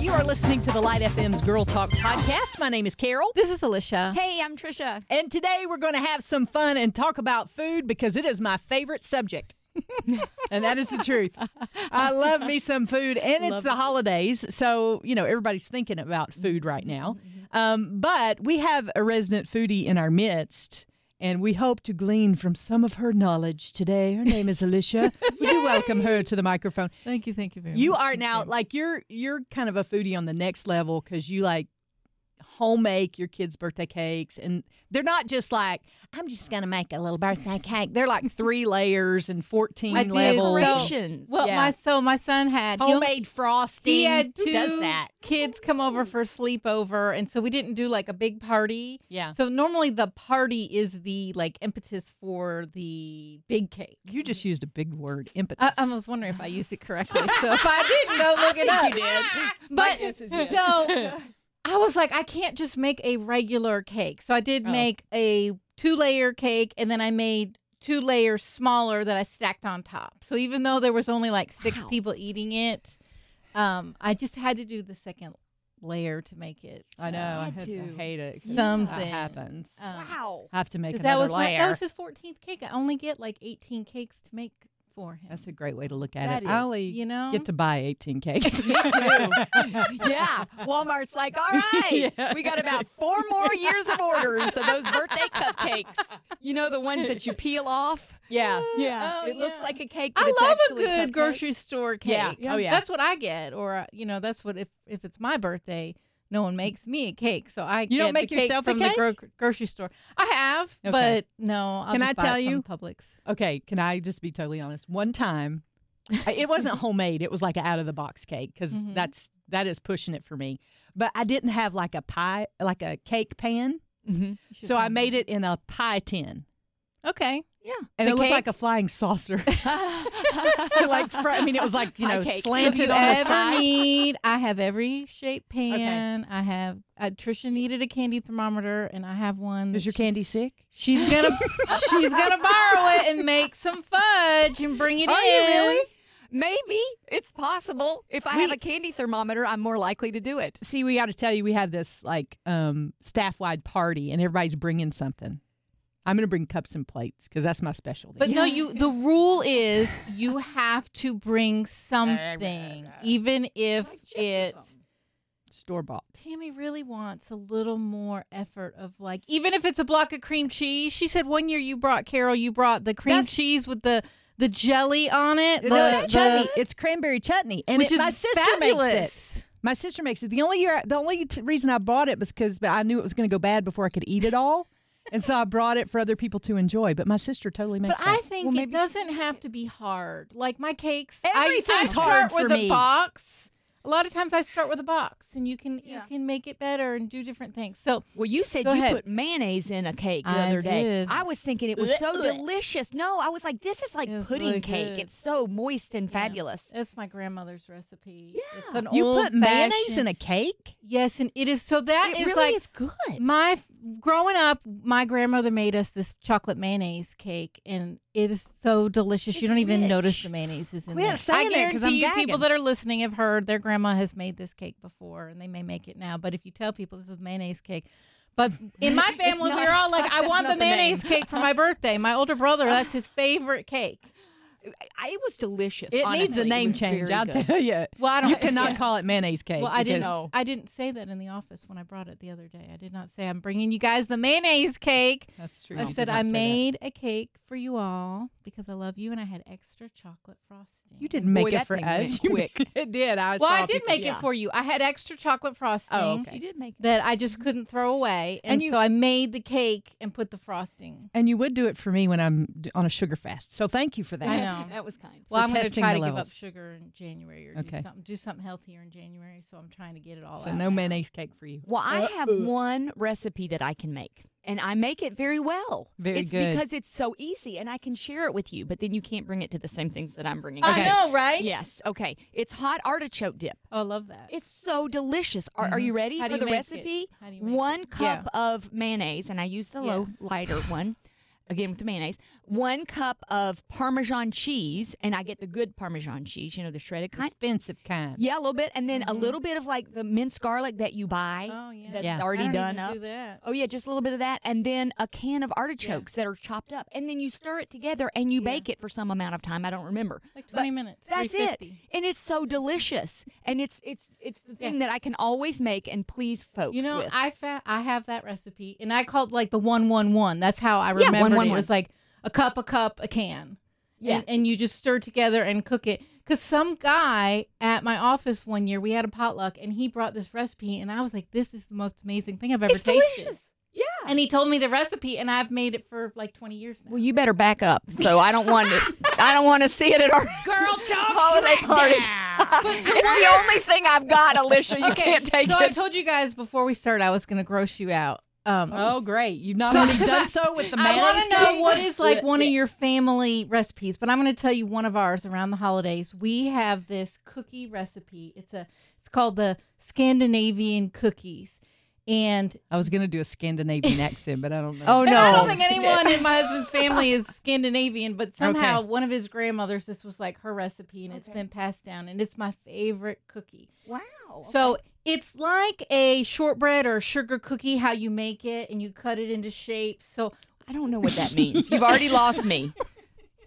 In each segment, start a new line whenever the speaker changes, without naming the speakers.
You are listening to the Light FM's Girl Talk podcast. My name is Carol.
This is Alicia.
Hey, I'm Trisha.
And today we're going to have some fun and talk about food because it is my favorite subject. and that is the truth. I love me some food, and it's the holidays. So, you know, everybody's thinking about food right now. Um, but we have a resident foodie in our midst, and we hope to glean from some of her knowledge today. Her name is Alicia. Would you welcome her to the microphone?
Thank you, thank you very
You
much.
are now like you're you're kind of a foodie on the next level because you like home make your kids' birthday cakes, and they're not just like I'm just gonna make a little birthday cake. They're like three layers and fourteen
I did,
levels.
so-
Decorations.
well,
Yeah.
my so my son had he only-
Homemade frosting.
He had two
Who does that?
kids come over for sleepover, and so we didn't do like a big party.
Yeah.
So normally the party is the like impetus for the big cake.
You just used a big word, impetus.
I, I was wondering if I used it correctly. So if I didn't, go look it up. But so I was like, I can't just make a regular cake. So I did
Oh.
make a two layer cake and then I made two layers smaller that I stacked on top. So even though there was only like six
Wow.
people eating it, um, I just had to do the second layer to make it. Um,
I know. I,
Had
had- I
to.
hate it. 'cause That
Ah, Something.
happens.
Um,
wow.
I have to make
'cause
another
that was my,
layer.
that was his 14th cake. I only get like 18 cakes to make for him.
That's a great way to look at
That
it.
is.
I only
you know,
get to buy eighteen cakes.
Yeah. Walmart's like, all right,
Yeah.
we got about four more years of orders of those birthday cupcakes. You know, the ones that you peel off?
yeah.
Yeah.
Oh,
it looks
yeah.
like a cake. But
I
it's
love a
actually
good
cupcake.
grocery store cake.
Yeah. Oh, yeah.
That's what I get, or uh, you know, that's what if if it's my birthday, no one makes me a cake, so I
don't
get
make
the cake
yourself a
from
cake?
the gro- grocery store. I have,
Okay.
but no. I'll
Can
just
I
buy
tell
it
you?
from Publix?
Okay, can I just be totally honest? One time, I- it wasn't homemade. It was like an out of the box cake because
Mhm.
that's that is pushing it for me. But I didn't have like a pie, like a cake pan,
Mm-hmm.
You should
so I
find
made it in a pie tin,
it. Okay.
and
The
it looked
cake?
like a flying saucer.
Mm-hmm.
like fr- I mean, it was like you
Pie
know
cake. If
If
slanted
you
on the
ever
side.
need, I have every shape pan. I have. Uh, Trisha needed a candy thermometer, and I have one. that
Is your
she-
candy sick?
She's gonna she's gonna borrow it and make some fudge and bring it
Are
in.
you really?
Maybe it's possible. If I
We-
have a candy thermometer, I'm more likely to do it.
See, we got to tell you, we have this like um, staff wide party, and everybody's bringing something. I'm going to bring cups and plates because that's my specialty.
But no, you. The rule is you have to bring something, even if it.
Store bought.
Tammy really wants a little more effort of like, even if it's a block of cream cheese. She said one year you brought Carol, you brought the cream
That's-
cheese with the the jelly on it, the,
no, it's
the-
chutney. It's cranberry chutney, and
which
it,
is
my sister
fabulous.
makes it. My sister makes it. The only year, the only t- reason I bought it was because I knew it was going to go bad before I could eat it all, and so I brought it for other people to enjoy. But my sister totally makes
But I
that.
think
Well,
it
maybe-
doesn't have to be hard. Like my cakes, I, I
Everything's
start
hard
with
for
a
me.
box. A lot of times I start with a box, and you can
Yeah.
you can make it better and do different things. So
Well, you said
Go
you
ahead.
put mayonnaise in a cake the
I
other day.
did.
I was thinking it was so delicious. No, I was like, this is like
It was
pudding
really
cake.
good.
It's so moist and
Yeah.
fabulous.
That's my grandmother's recipe. Yeah. It's an
you
old
put mayonnaise in a cake.
Yes, and it is so that
it
is
really
like
is good.
my f- growing up, my grandmother made us this chocolate mayonnaise cake and it is so delicious. you
It's
don't even
rich.
notice the mayonnaise is in
Quit
there.
saying
I
it 'cause I'm
guarantee you people
gagging.
that are listening have heard their grandma has made this cake before and they may make it now, but if you tell people this is mayonnaise cake, but in my family,
not-
we were all like, "I
that's
want
not
the
the name."
mayonnaise cake for my birthday." My older brother—that's his favorite cake.
I, it was delicious.
It needs
honestly.
a
It
name
was
change.
very
I'll
good.
tell you.
Well, I don't.
You cannot
yeah.
call it mayonnaise cake.
Well, I didn't.
because-
I didn't say that in the office when I brought it the other day. I did not say I'm bringing you guys the mayonnaise cake.
That's true.
I
You did
said
not
I
say that.
made a cake for you all because I love you, and I had extra chocolate frosting.
You didn't make
Boy,
it
that
for
thing went
us. You
quick.
made- it did. I
Well,
saw
I did
people-
make
yeah.
it for you. I had extra chocolate frosting
Oh, okay.
You did make it.
that I just couldn't throw away, and,
And you-
so I made the cake and put the frosting.
And you would do it for me when I'm d- on a sugar fast. So thank you for that.
I know.
That was kind.
Well, I'm going to
testing
try
the
to give up
levels.
sugar in January or
Okay.
do something do something healthier in January. So I'm trying to get it all
So
out.
no mayonnaise cake for you.
Well, I have
Uh-oh.
one recipe that I can make, and I make it very well.
Very
it's
good.
because it's so easy, and I can share it with you. But then you can't bring it to the same things that I'm bringing.
I
you.
know, right?
Yes. Okay. It's hot artichoke dip.
Oh, I love that.
It's so delicious. Are,
Mm-hmm.
are you ready
How do
for
you
the
make it?
recipe?
How do you make
One
it?
cup of mayonnaise, and I use the
Yeah.
low lighter one. again with the mayonnaise, one cup of Parmesan cheese, and I get the good Parmesan cheese, you know, the shredded kind.
Expensive kind.
Yeah, a little bit, and then a little bit of like the minced garlic that you buy
Mm-hmm. Oh, yeah.
that's
Yeah.
already
I don't
done
even
up.
do that.
Oh yeah, just a little bit of that, and then a can of artichokes that are chopped up, and then you stir it together and you bake it for some amount of time. I don't remember.
Like
But
20 minutes,
That's it,
350.
and it's so delicious, and it's it's it's the thing that I can always make and please folks.
You know,
with.
I found I have that recipe, and I called like the one one one. That's how I remembered it.
111.
It was like a cup, a cup, a can.
Yeah.
and, and you just stir together and cook it. Because some guy at my office one year, we had a potluck, and he brought this recipe, and I was like, "This is the most amazing thing I've ever
it's
tasted."
delicious. Yeah.
And he told me the recipe, and I've made it for like twenty years now.
Well, you better back up. So I don't want it. I don't want to see it at our
Girl, talk
holiday
smack
party.
down.
it's the only thing I've got, Alicia. You can't take
so I
it.
told you guys before we started I was going to gross you out. Um,
Oh, great. You've not
So-
only done so with the
I
mayonnaise
want to know
cake.
what is like one of your family recipes, but I'm going to tell you one of ours around the holidays. We have this cookie recipe. It's a it's called the Scandinavian cookies, and
I was going to do a Scandinavian accent, but I don't know.
Oh,
and I don't
No.
think anyone in my husband's family is Scandinavian, but somehow one of his grandmothers this was like her recipe, and it's been passed down, and it's my favorite cookie.
wow.
So it's like a shortbread or sugar cookie, how you make it and you cut it into shapes. So
I don't know what that means. You've already lost me.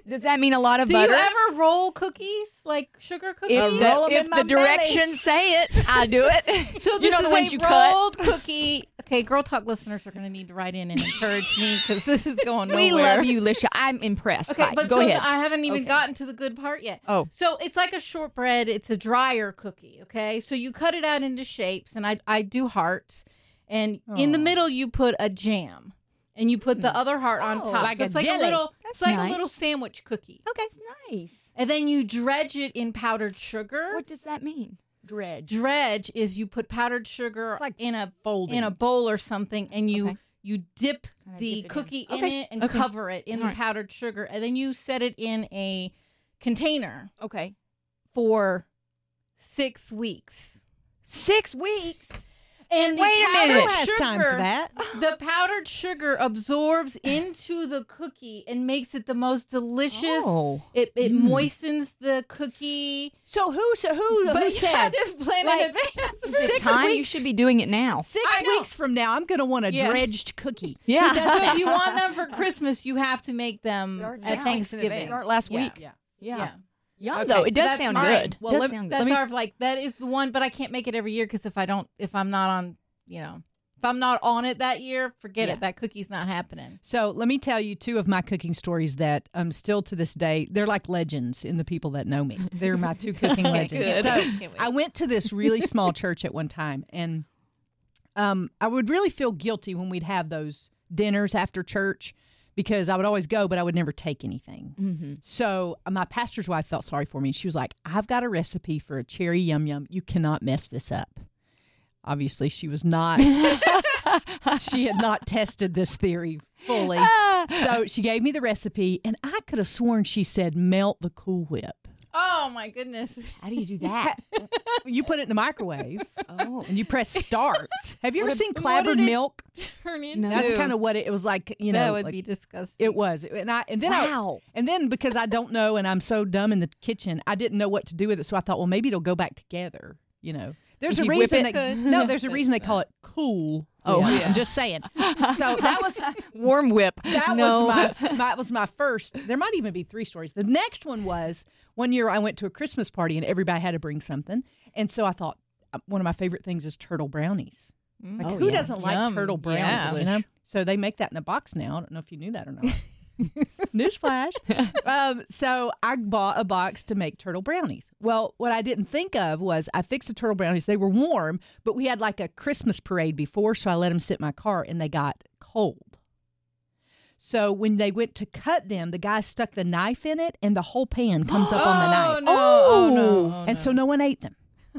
Does that mean a lot of
do
butter?
you ever roll cookies like sugar cookies?
if
roll
the,
'em
if
in
the
my belly.
directions say it, I do it.
so this
you know
is
the ones
a
you cut.
rolled cookie. Okay, girl talk listeners are going to need to write in and encourage me because this is going nowhere.
We love you, Alicia. I'm impressed.
Okay,
Right,
but
go
so
ahead.
I haven't even
Okay.
gotten to the good part yet.
Oh.
So it's like a shortbread, it's a drier cookie, okay? So you cut it out into shapes and I I do hearts and in the
Oh.
Aw.
middle you put a jam and you put the other heart on
Oh,
top.
like
so
a
it's like
jelly.
a little
That's
it's like
nice.
a little sandwich cookie.
okay, nice.
And then you dredge it in powdered sugar.
What does that mean? Dredge.
dredge is you put powdered sugar
It's like
in a
folding.
in a bowl or something and you
Okay.
you dip
Kinda
the
dip it in.
cookie in
Okay,
it and
okay.
cover it in the
Alright.
powdered sugar and then you set it in a container
Okay.
for 6 weeks.
Six weeks.
And the
Wait a
powdered
minute.
Who has time for
sugar-
that?
The powdered sugar absorbs into the cookie and makes it the most delicious.
Oh.
It, it
Mm.
moistens the cookie.
So who so who
but
who
you
said
have to plan
like,
in advance.
six
Time you
weeks
should be doing it now.
six
I know.
weeks from now I'm going to want a
Yeah.
dredged cookie.
Yeah.
so if you want them for Christmas, you have to make them
Start now.
at Thanksgiving.
Start last
Yeah.
week.
Yeah.
Yeah.
Yum
Okay,
though. It
so
does
that's
sound
mine.
good.
Well,
does
let-
sound
That's
good.
our like that is the one, but I can't make it every year because if I don't, if I'm not on, you know, if I'm not on it that year, forget
Yeah.
it. That cookie's not happening.
So let me tell you two of my cooking stories that um still to this day they're like legends in the people that know me. They're my two cooking legends.
good.
So
Can't wait.
I went to this really small church at one time, and um, I would really feel guilty when we'd have those dinners after church because I would always go, but I would never take anything. So uh, my pastor's wife felt sorry for me. She was like, "I've got a recipe for a cherry yum yum. You cannot mess this up." Obviously, she was not. she had not tested this theory fully. So she gave me the recipe, and I could have sworn she said, "Melt the Cool Whip."
Oh my goodness!
How do you do that?
You put it in the microwave
oh.
and you press start. Have you ever
What
seen
did- what
clabbered
did it-
milk?
Turn into
That's kind of what it, it was like. You
that
know,
would
like-
be disgusting.
it was. And I and then I-
Wow.
and then because I don't know and I'm so dumb in the kitchen, I didn't know what to do with it. So I thought, well, maybe it'll go back together. You know, there's
If
a
you whip
reason
it.
that no, there's a reason they call it cool.
Oh,
whip.
yeah.
I'm just saying. So that was
Warm whip.
that
no.
was my, my that was my first. There might even be three stories. The next one was one year I went to a Christmas party and everybody had to bring something, and so I thought uh, one of my favorite things is turtle brownies. Like
Oh,
who
yeah.
doesn't like
Yum.
turtle brownies?
Yeah.
You know, so they make that in a box now. I don't know if you knew that or not. Newsflash. um, so I bought a box to make turtle brownies. Well, what I didn't think of was I fixed the turtle brownies. They were warm, but we had like a Christmas parade before, so I let them sit in my car and they got cold. So when they went to cut them, the guy stuck the knife in it and the whole pan comes up on the
Oh
knife.
no! Oh, no!
Oh.
oh,
and so no one ate them.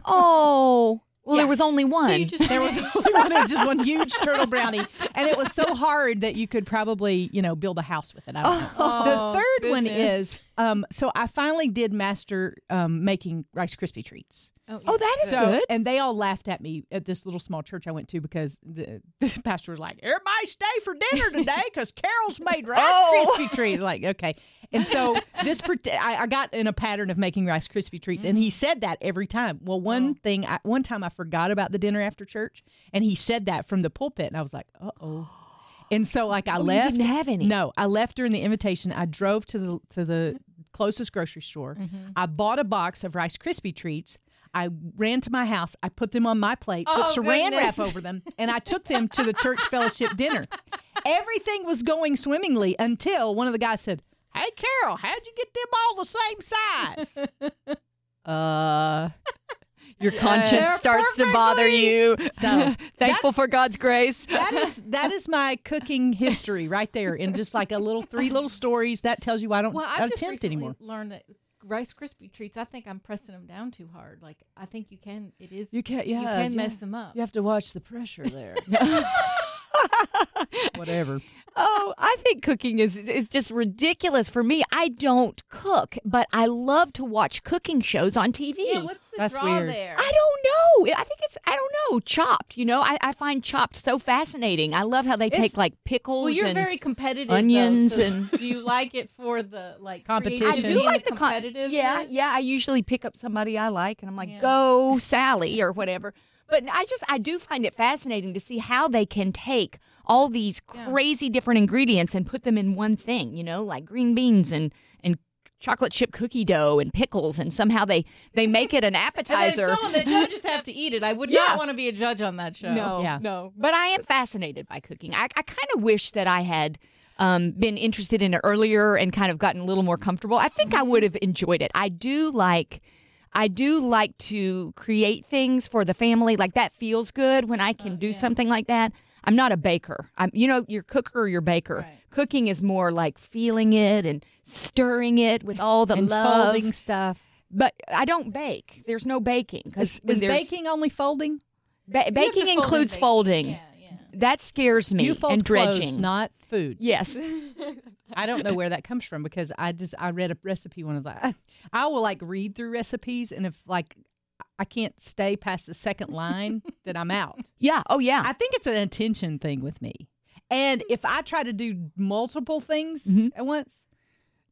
Oh. Well,
Yeah.
there was only one.
no. so you just there was
it was just one huge turtle brownie. And it was so hard that you could probably, you know, build a house with it. I don't know.
Oh,
the third one
goodness.
is Um, so I finally did master um, making Rice Krispie treats.
Oh, that is
So,
good.
and they all laughed at me at this little small church I went to because the, the pastor was like, "Everybody stay for dinner today because Carol's made Rice
Oh.
Krispie treats." Like, okay, and so this part- I, I got in a pattern of making Rice Krispie treats, and
Mm-hmm.
he said that every time. Well, one
Oh.
thing, I, one time I forgot about the dinner after church, and he said that from the pulpit, and I was like, "Uh oh." And so, like, I
Oh, you
left.
didn't have any.
No, I left during the invitation. I drove to the to the closest grocery store.
Mm-hmm.
I bought a box of Rice Krispie treats. I ran to my house. I put them on my plate,
Oh,
put saran
goodness.
wrap over them, and I took them to the church fellowship dinner. Everything was going swimmingly until one of the guys said, "Hey, Carol, how'd you get them all the same size?" uh,
Your
They're
conscience starts to bother you.
So,
Thankful
that's-
for God's grace.
that is that is my cooking history right there, in just like a little three little stories. That tells you I don't
Well, I just
attempt
recently
anymore.
learned that Rice Krispie treats. I think I'm pressing them down too hard. Like I think you can. It is
You can't. Yeah,
you can
yeah.
mess them up.
You have to watch the pressure there. Whatever.
Oh, I think cooking is is just ridiculous for me. I don't cook, but I love to watch cooking shows on TV.
Yeah, what's the
That's
draw
weird.
there?
I don't know. I think it's I don't know. Chopped, you know. I, I find chopped so fascinating. I love how they
It's-
take like pickles.
well, you're
and,
very competitive. though,
onions
so
and-
do you like it for the like
Competition.
I
efficient.
do
creativity
like the
and
con-
competitiveness?
Yeah, yeah. I usually pick up somebody I like, and I'm like,
Yeah.
"Go, Sally," or whatever. But I just I do find it fascinating to see how they can take all these
Yeah.
crazy different ingredients and put them in one thing. You know, like green beans and and chocolate chip cookie dough and pickles, and somehow they they make it an
And
appetizer.
then someone that judges have to eat it. I would
Yeah.
not want to be a judge on that show.
No,
Yeah.
no. But I am fascinated by cooking. I, I kind of wish that I had um, been interested in it earlier and kind of gotten a little more comfortable. I think I would have enjoyed it. I do like. I do like to create things for the family. Like that feels good when I
Oh,
can do something like that. I'm not a baker. I'm, you know, your cooker or your baker.
Right.
Cooking is more like feeling it and stirring it with all the
And
love.
folding stuff.
But I don't bake. There's no baking
Is,
because
is baking only folding?
You
ba-
have to
baking
fold and
includes
bake.
folding.
Yeah, yeah.
That scares me.
you fold
and dredging.
clothes, not food.
yes.
I don't know where that comes from because I just I read a recipe one of that. I, I will like read through recipes and if like I can't stay past the second line, then I'm out.
Yeah. Oh, yeah.
I think it's an attention thing with me. And
Hmm.
if I try to do multiple things
Mm-hmm.
at once,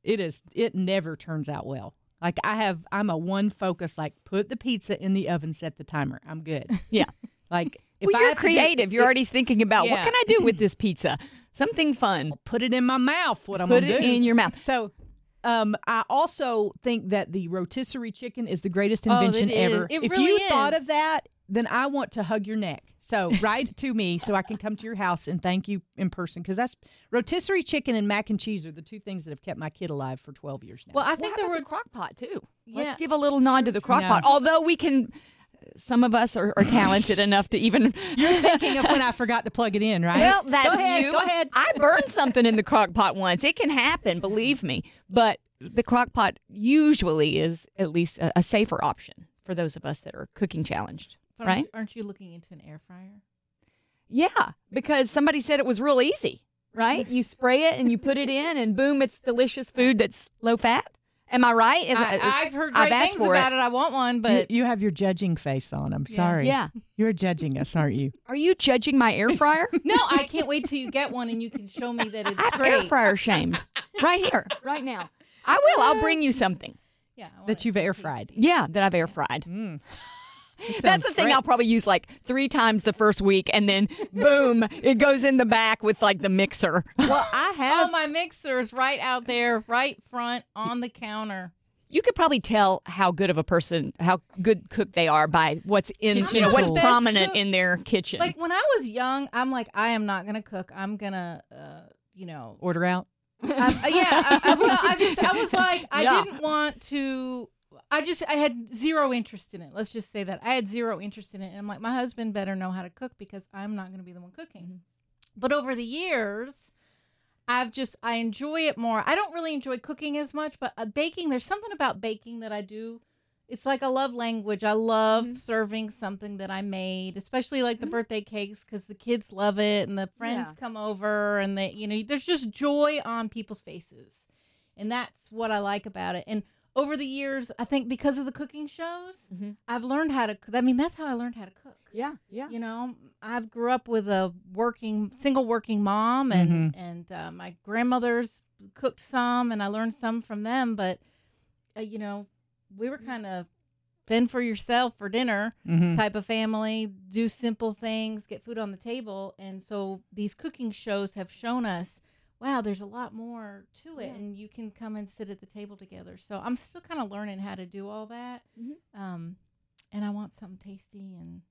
it is it never turns out well. Like I have I'm a one focus like put the pizza in the oven, set the timer. I'm good.
yeah.
Like if
Well,
I
you're
have to do-
creative. You're already thinking about what
Yeah.
can I do with this pizza? Something fun.
put it in my mouth what I'm
Put
gonna
it
do.
in your mouth.
So um, I also think that the rotisserie chicken is the greatest
Oh, it
invention
is.
ever.
It
if
really
you thought
is.
of that, then I want to hug your neck. So write to me so I can come to your house and thank you in person because that's rotisserie chicken and mac and cheese are the two things that have kept my kid alive for 12 years now.
Well, I
I think
think
well,
there
were
were
the crock pot too.
Yeah.
Let's give a little nod to the crock
No.
pot. Although we can, some of us are, are talented enough to even.
Thinking of when I forgot to plug it in, right?
Well, that's
go ahead,
you.
Go ahead.
I burned something in the crock pot once. It can happen, believe me. But the crock pot usually is at least a, a safer option for those of us that are cooking challenged,
But
right?
aren't- Aren't you looking into an air fryer?
Yeah, because somebody said it was real easy, right? You spray it and you put it in, and boom, it's delicious food that's low fat. Am I right? Is
I,
it-
I've heard
I've
great
asked
things
for
about it. I want one, but
you, you have your judging face on. I'm
Yeah.
sorry.
Yeah.
You're judging us, aren't you?
Are you judging my air fryer?
no, I can't wait till you get one and you can show me that it's
I'm
great.
air fryer shamed right here, right now. I will. I'll bring you something.
Yeah, I want
That
it.
you've air fried.
Yeah, that I've air fried.
Mm.
That's the thing I'll probably use like three times the first week, and then boom, it goes in the back with like the mixer.
Well, I have.
Oh, my mixer is right out there, right front on the counter.
You could probably tell how good of a person, how good cook they are by what's in,
Kitchen
you know, what's
tools.
prominent in their kitchen.
Like when I was young, I'm like, I am not gonna cook. I'm gonna, uh, you know,
Order out.
I'm, uh, yeah. I, I, well, I just, I was like, I
Yeah.
didn't want to. I just, I had zero interest in it. Let's just say that I had zero interest in it. And I'm like, my husband better know how to cook because I'm not gonna be the one cooking. But over the years. I've just I enjoy it more. I don't really enjoy cooking as much, but uh, baking there's something about baking that I do. It's like a love language. I love serving something that I made, especially like the birthday cakes cuz the kids love it and the friends
Yeah.
come over and they you know there's just joy on people's faces. and that's what I like about it. And over the years, I think because of the cooking shows,
Mhm.
I've learned how to. c- I mean, that's how I learned how to cook.
Yeah, yeah.
You know, I've grew up with a working, single working mom, and
Mm-hmm.
and uh, my grandmothers cooked some, and I learned some from them. But uh, you know, we were kind of fend for yourself for dinner
Mm.
Mm-hmm.
type of family, do simple things, get food on the table. And so these cooking shows have shown us, wow, there's a lot more to it,
Yeah.
and you can come and sit at the table together. So I'm still kind of learning how to do all that.
Mhm.
Um, and I want something tasty, and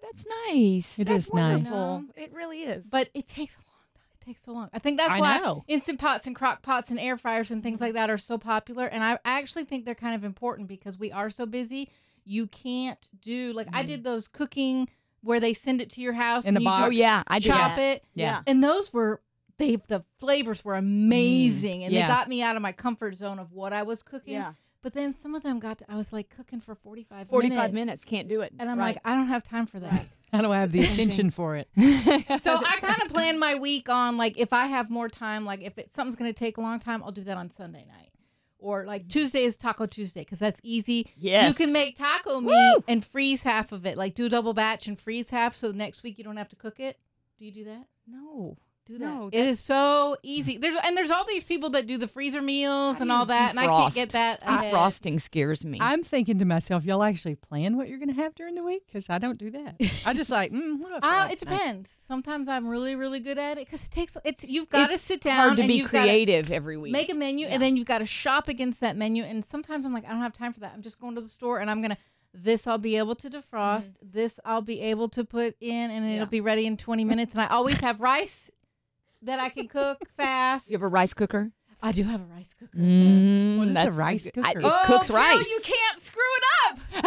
That's nice.
It
That's
is nice.
wonderful.
No.
It really is.
but it takes a long time. It takes so long. I think that's
I
why
know.
instant pots and crock pots and air fryers and things like that are so popular. And I actually think they're kind of important because we are so busy. You can't do like I
Mhm.
did those cooking where they send it to your house
In a
and you
box.
oh
just
yeah, I do.
chop
that.
it.
Yeah.
And those were they the flavors were
Mm-hmm.
amazing and
yeah.
they got me out of my comfort zone of what I was cooking.
Yeah.
But then some of them got to, I was like cooking for 45
Forty-five minutes. Can't do it.
And I'm
Right.
like I don't have time for that.
I don't have the attention for it.
So I kind of plan my week on like if I have more time, like if it, something's going to take a long time, I'll do that on Sunday night. Or like Tuesday is Taco Tuesday because that's easy.
yes,
You can make taco meat
Woo!
and freeze half of it. Like do a double batch and freeze half so next week you don't have to cook it. Do you do that?
no.
do that.
No,
it is so easy. There's and there's all these people that do the freezer meals and all that, and I can't get
defrost.
that. ahead.
Defrosting scares me.
I'm thinking to myself, y'all actually plan what you're going to have during the week? Because I don't do that. I just like, mm, what do I feel
Uh,
like
it
tonight?
depends. Sometimes I'm really, really good at it because it takes it. You've got to sit down
Hard to
and
be
you've
creative every
Gotta
week.
make a menu,
Yeah.
and then you've got to shop against that menu. And sometimes I'm like, I don't have time for that. I'm just going to the store, and I'm gonna. This I'll be able to defrost. This I'll be able to put in, and
Mm-hmm. Yeah.
it'll be ready in 20 minutes. And I always have rice that I can cook fast.
you have a rice cooker?
I do have a rice cooker.
Mm,
What is a
that's
rice
good- I-
cooker?
it cooks
Carol,
rice.
Oh, You can't screw it up.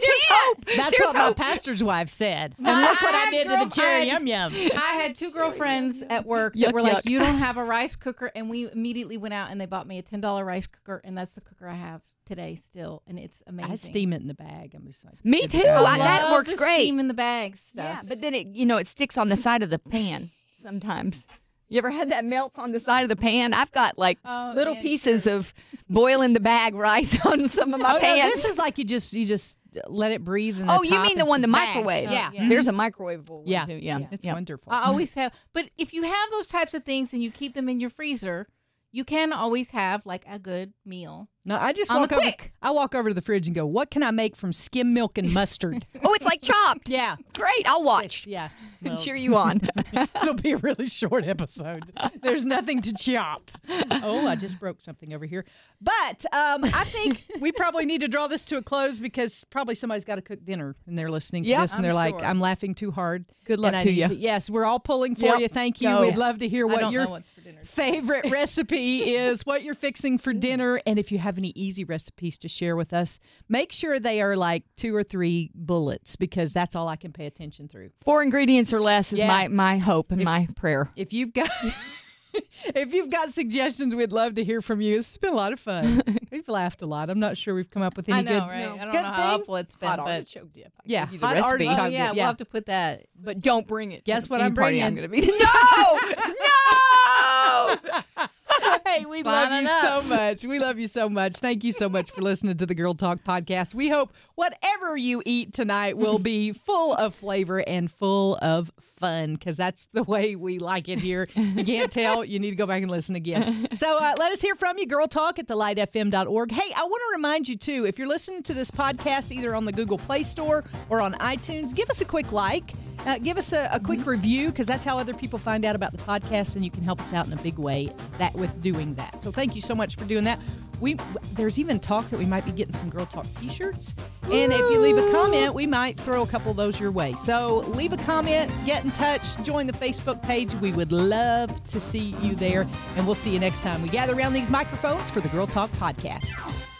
There's hope.
That's
There's
what
hope.
my pastor's wife said. And look what I
My
did to the cherry yum
girlfriend.
yum.
I had two girlfriends at work that
Yuck,
were like,
yuck.
"You don't have a rice cooker," and we immediately went out and they bought me a ten dollar rice cooker, and that's the cooker I have today still, and it's amazing.
I steam it in the bag. I'm just like,
Me
good
too.
God.
I- that
Love
works
the
great.
Steam in the bag
Yeah,
stuff.
but then it you know it sticks on the side of the pan sometimes. You ever had that melts on the side of the pan? I've got like
Oh,
little
yeah,
pieces of boiling the bag rice on some of my
Oh, no,
pans.
this is like you just you just let it breathe. In the
oh, you
top
mean the
and
one the
sit back.
microwave?
Oh,
yeah.
yeah.
there's a microwave one
Yeah.
too. Yeah,
Yeah. Uh,
It's
yeah.
wonderful.
I always have. But if you have those types of things and you keep them in your freezer, you can always have like a good meal.
no, I just
on the
walk over.
quick.
I walk over to the fridge and go, "What can I make from skim milk and mustard?"
Oh, it's like chopped.
yeah,
Great, I'll watch.
yeah.
and
Well,
Cheer you on.
it'll be a really short episode. There's nothing to chop. Oh, I just broke something over here. But um, I think we probably need to draw this to a close because probably somebody's got to cook dinner and they're listening to
Yeah,
this and
I'm
they're like,
sure.
"I'm laughing too hard." Good
luck to ya.
Yes, we're all pulling for
Yep.
you. Thank you.
Go.
We'd love to hear
I
what
don't
your
know what's for dinner.
favorite recipe is what you're fixing for dinner. And if you have any easy recipes to share with us, make sure they are like two or three bullets because that's all I can pay attention through.
Four ingredients or less is
Yeah.
my my hope and my prayer.
If you've got. If you've got suggestions, we'd love to hear from you. This has been a lot of fun. We've laughed a lot. I'm not sure we've come up with any
I know,
good.
right? I don't
good
know how
thing?
awful it's been,
Hot
but
artichoke dip. I
Yeah,
gave you the
hot
recipe.
artichoke
oh
dip,
yeah, we'll
yeah.
have to put that.
but don't bring it. to
Guess what
any
I'm
party I'm
bringing?
going to be. No, no.
Hey, we love
fine
you
enough.
so much. We love you so much. Thank you so much for listening to the Girl Talk podcast. We hope whatever you eat tonight will be full of flavor and full of fun because that's the way we like it here. You can't tell, you need to go back and listen again. So uh, let us hear from you, Girl Talk at thelightfm.org. Hey, I want to remind you too if you're listening to this podcast either on the Google Play Store or on iTunes, give us a quick like. Uh, give us a, a quick review because that's how other people find out about the podcast, and you can help us out in a big way that with doing that. So thank you so much for doing that. We w- there's even talk that we might be getting some Girl Talk T-shirts, and if you leave a comment, we might throw a couple of those your way. So leave a comment, get in touch, join the Facebook page. We would love to see you there, and we'll see you next time. We gather around these microphones for the Girl Talk podcast.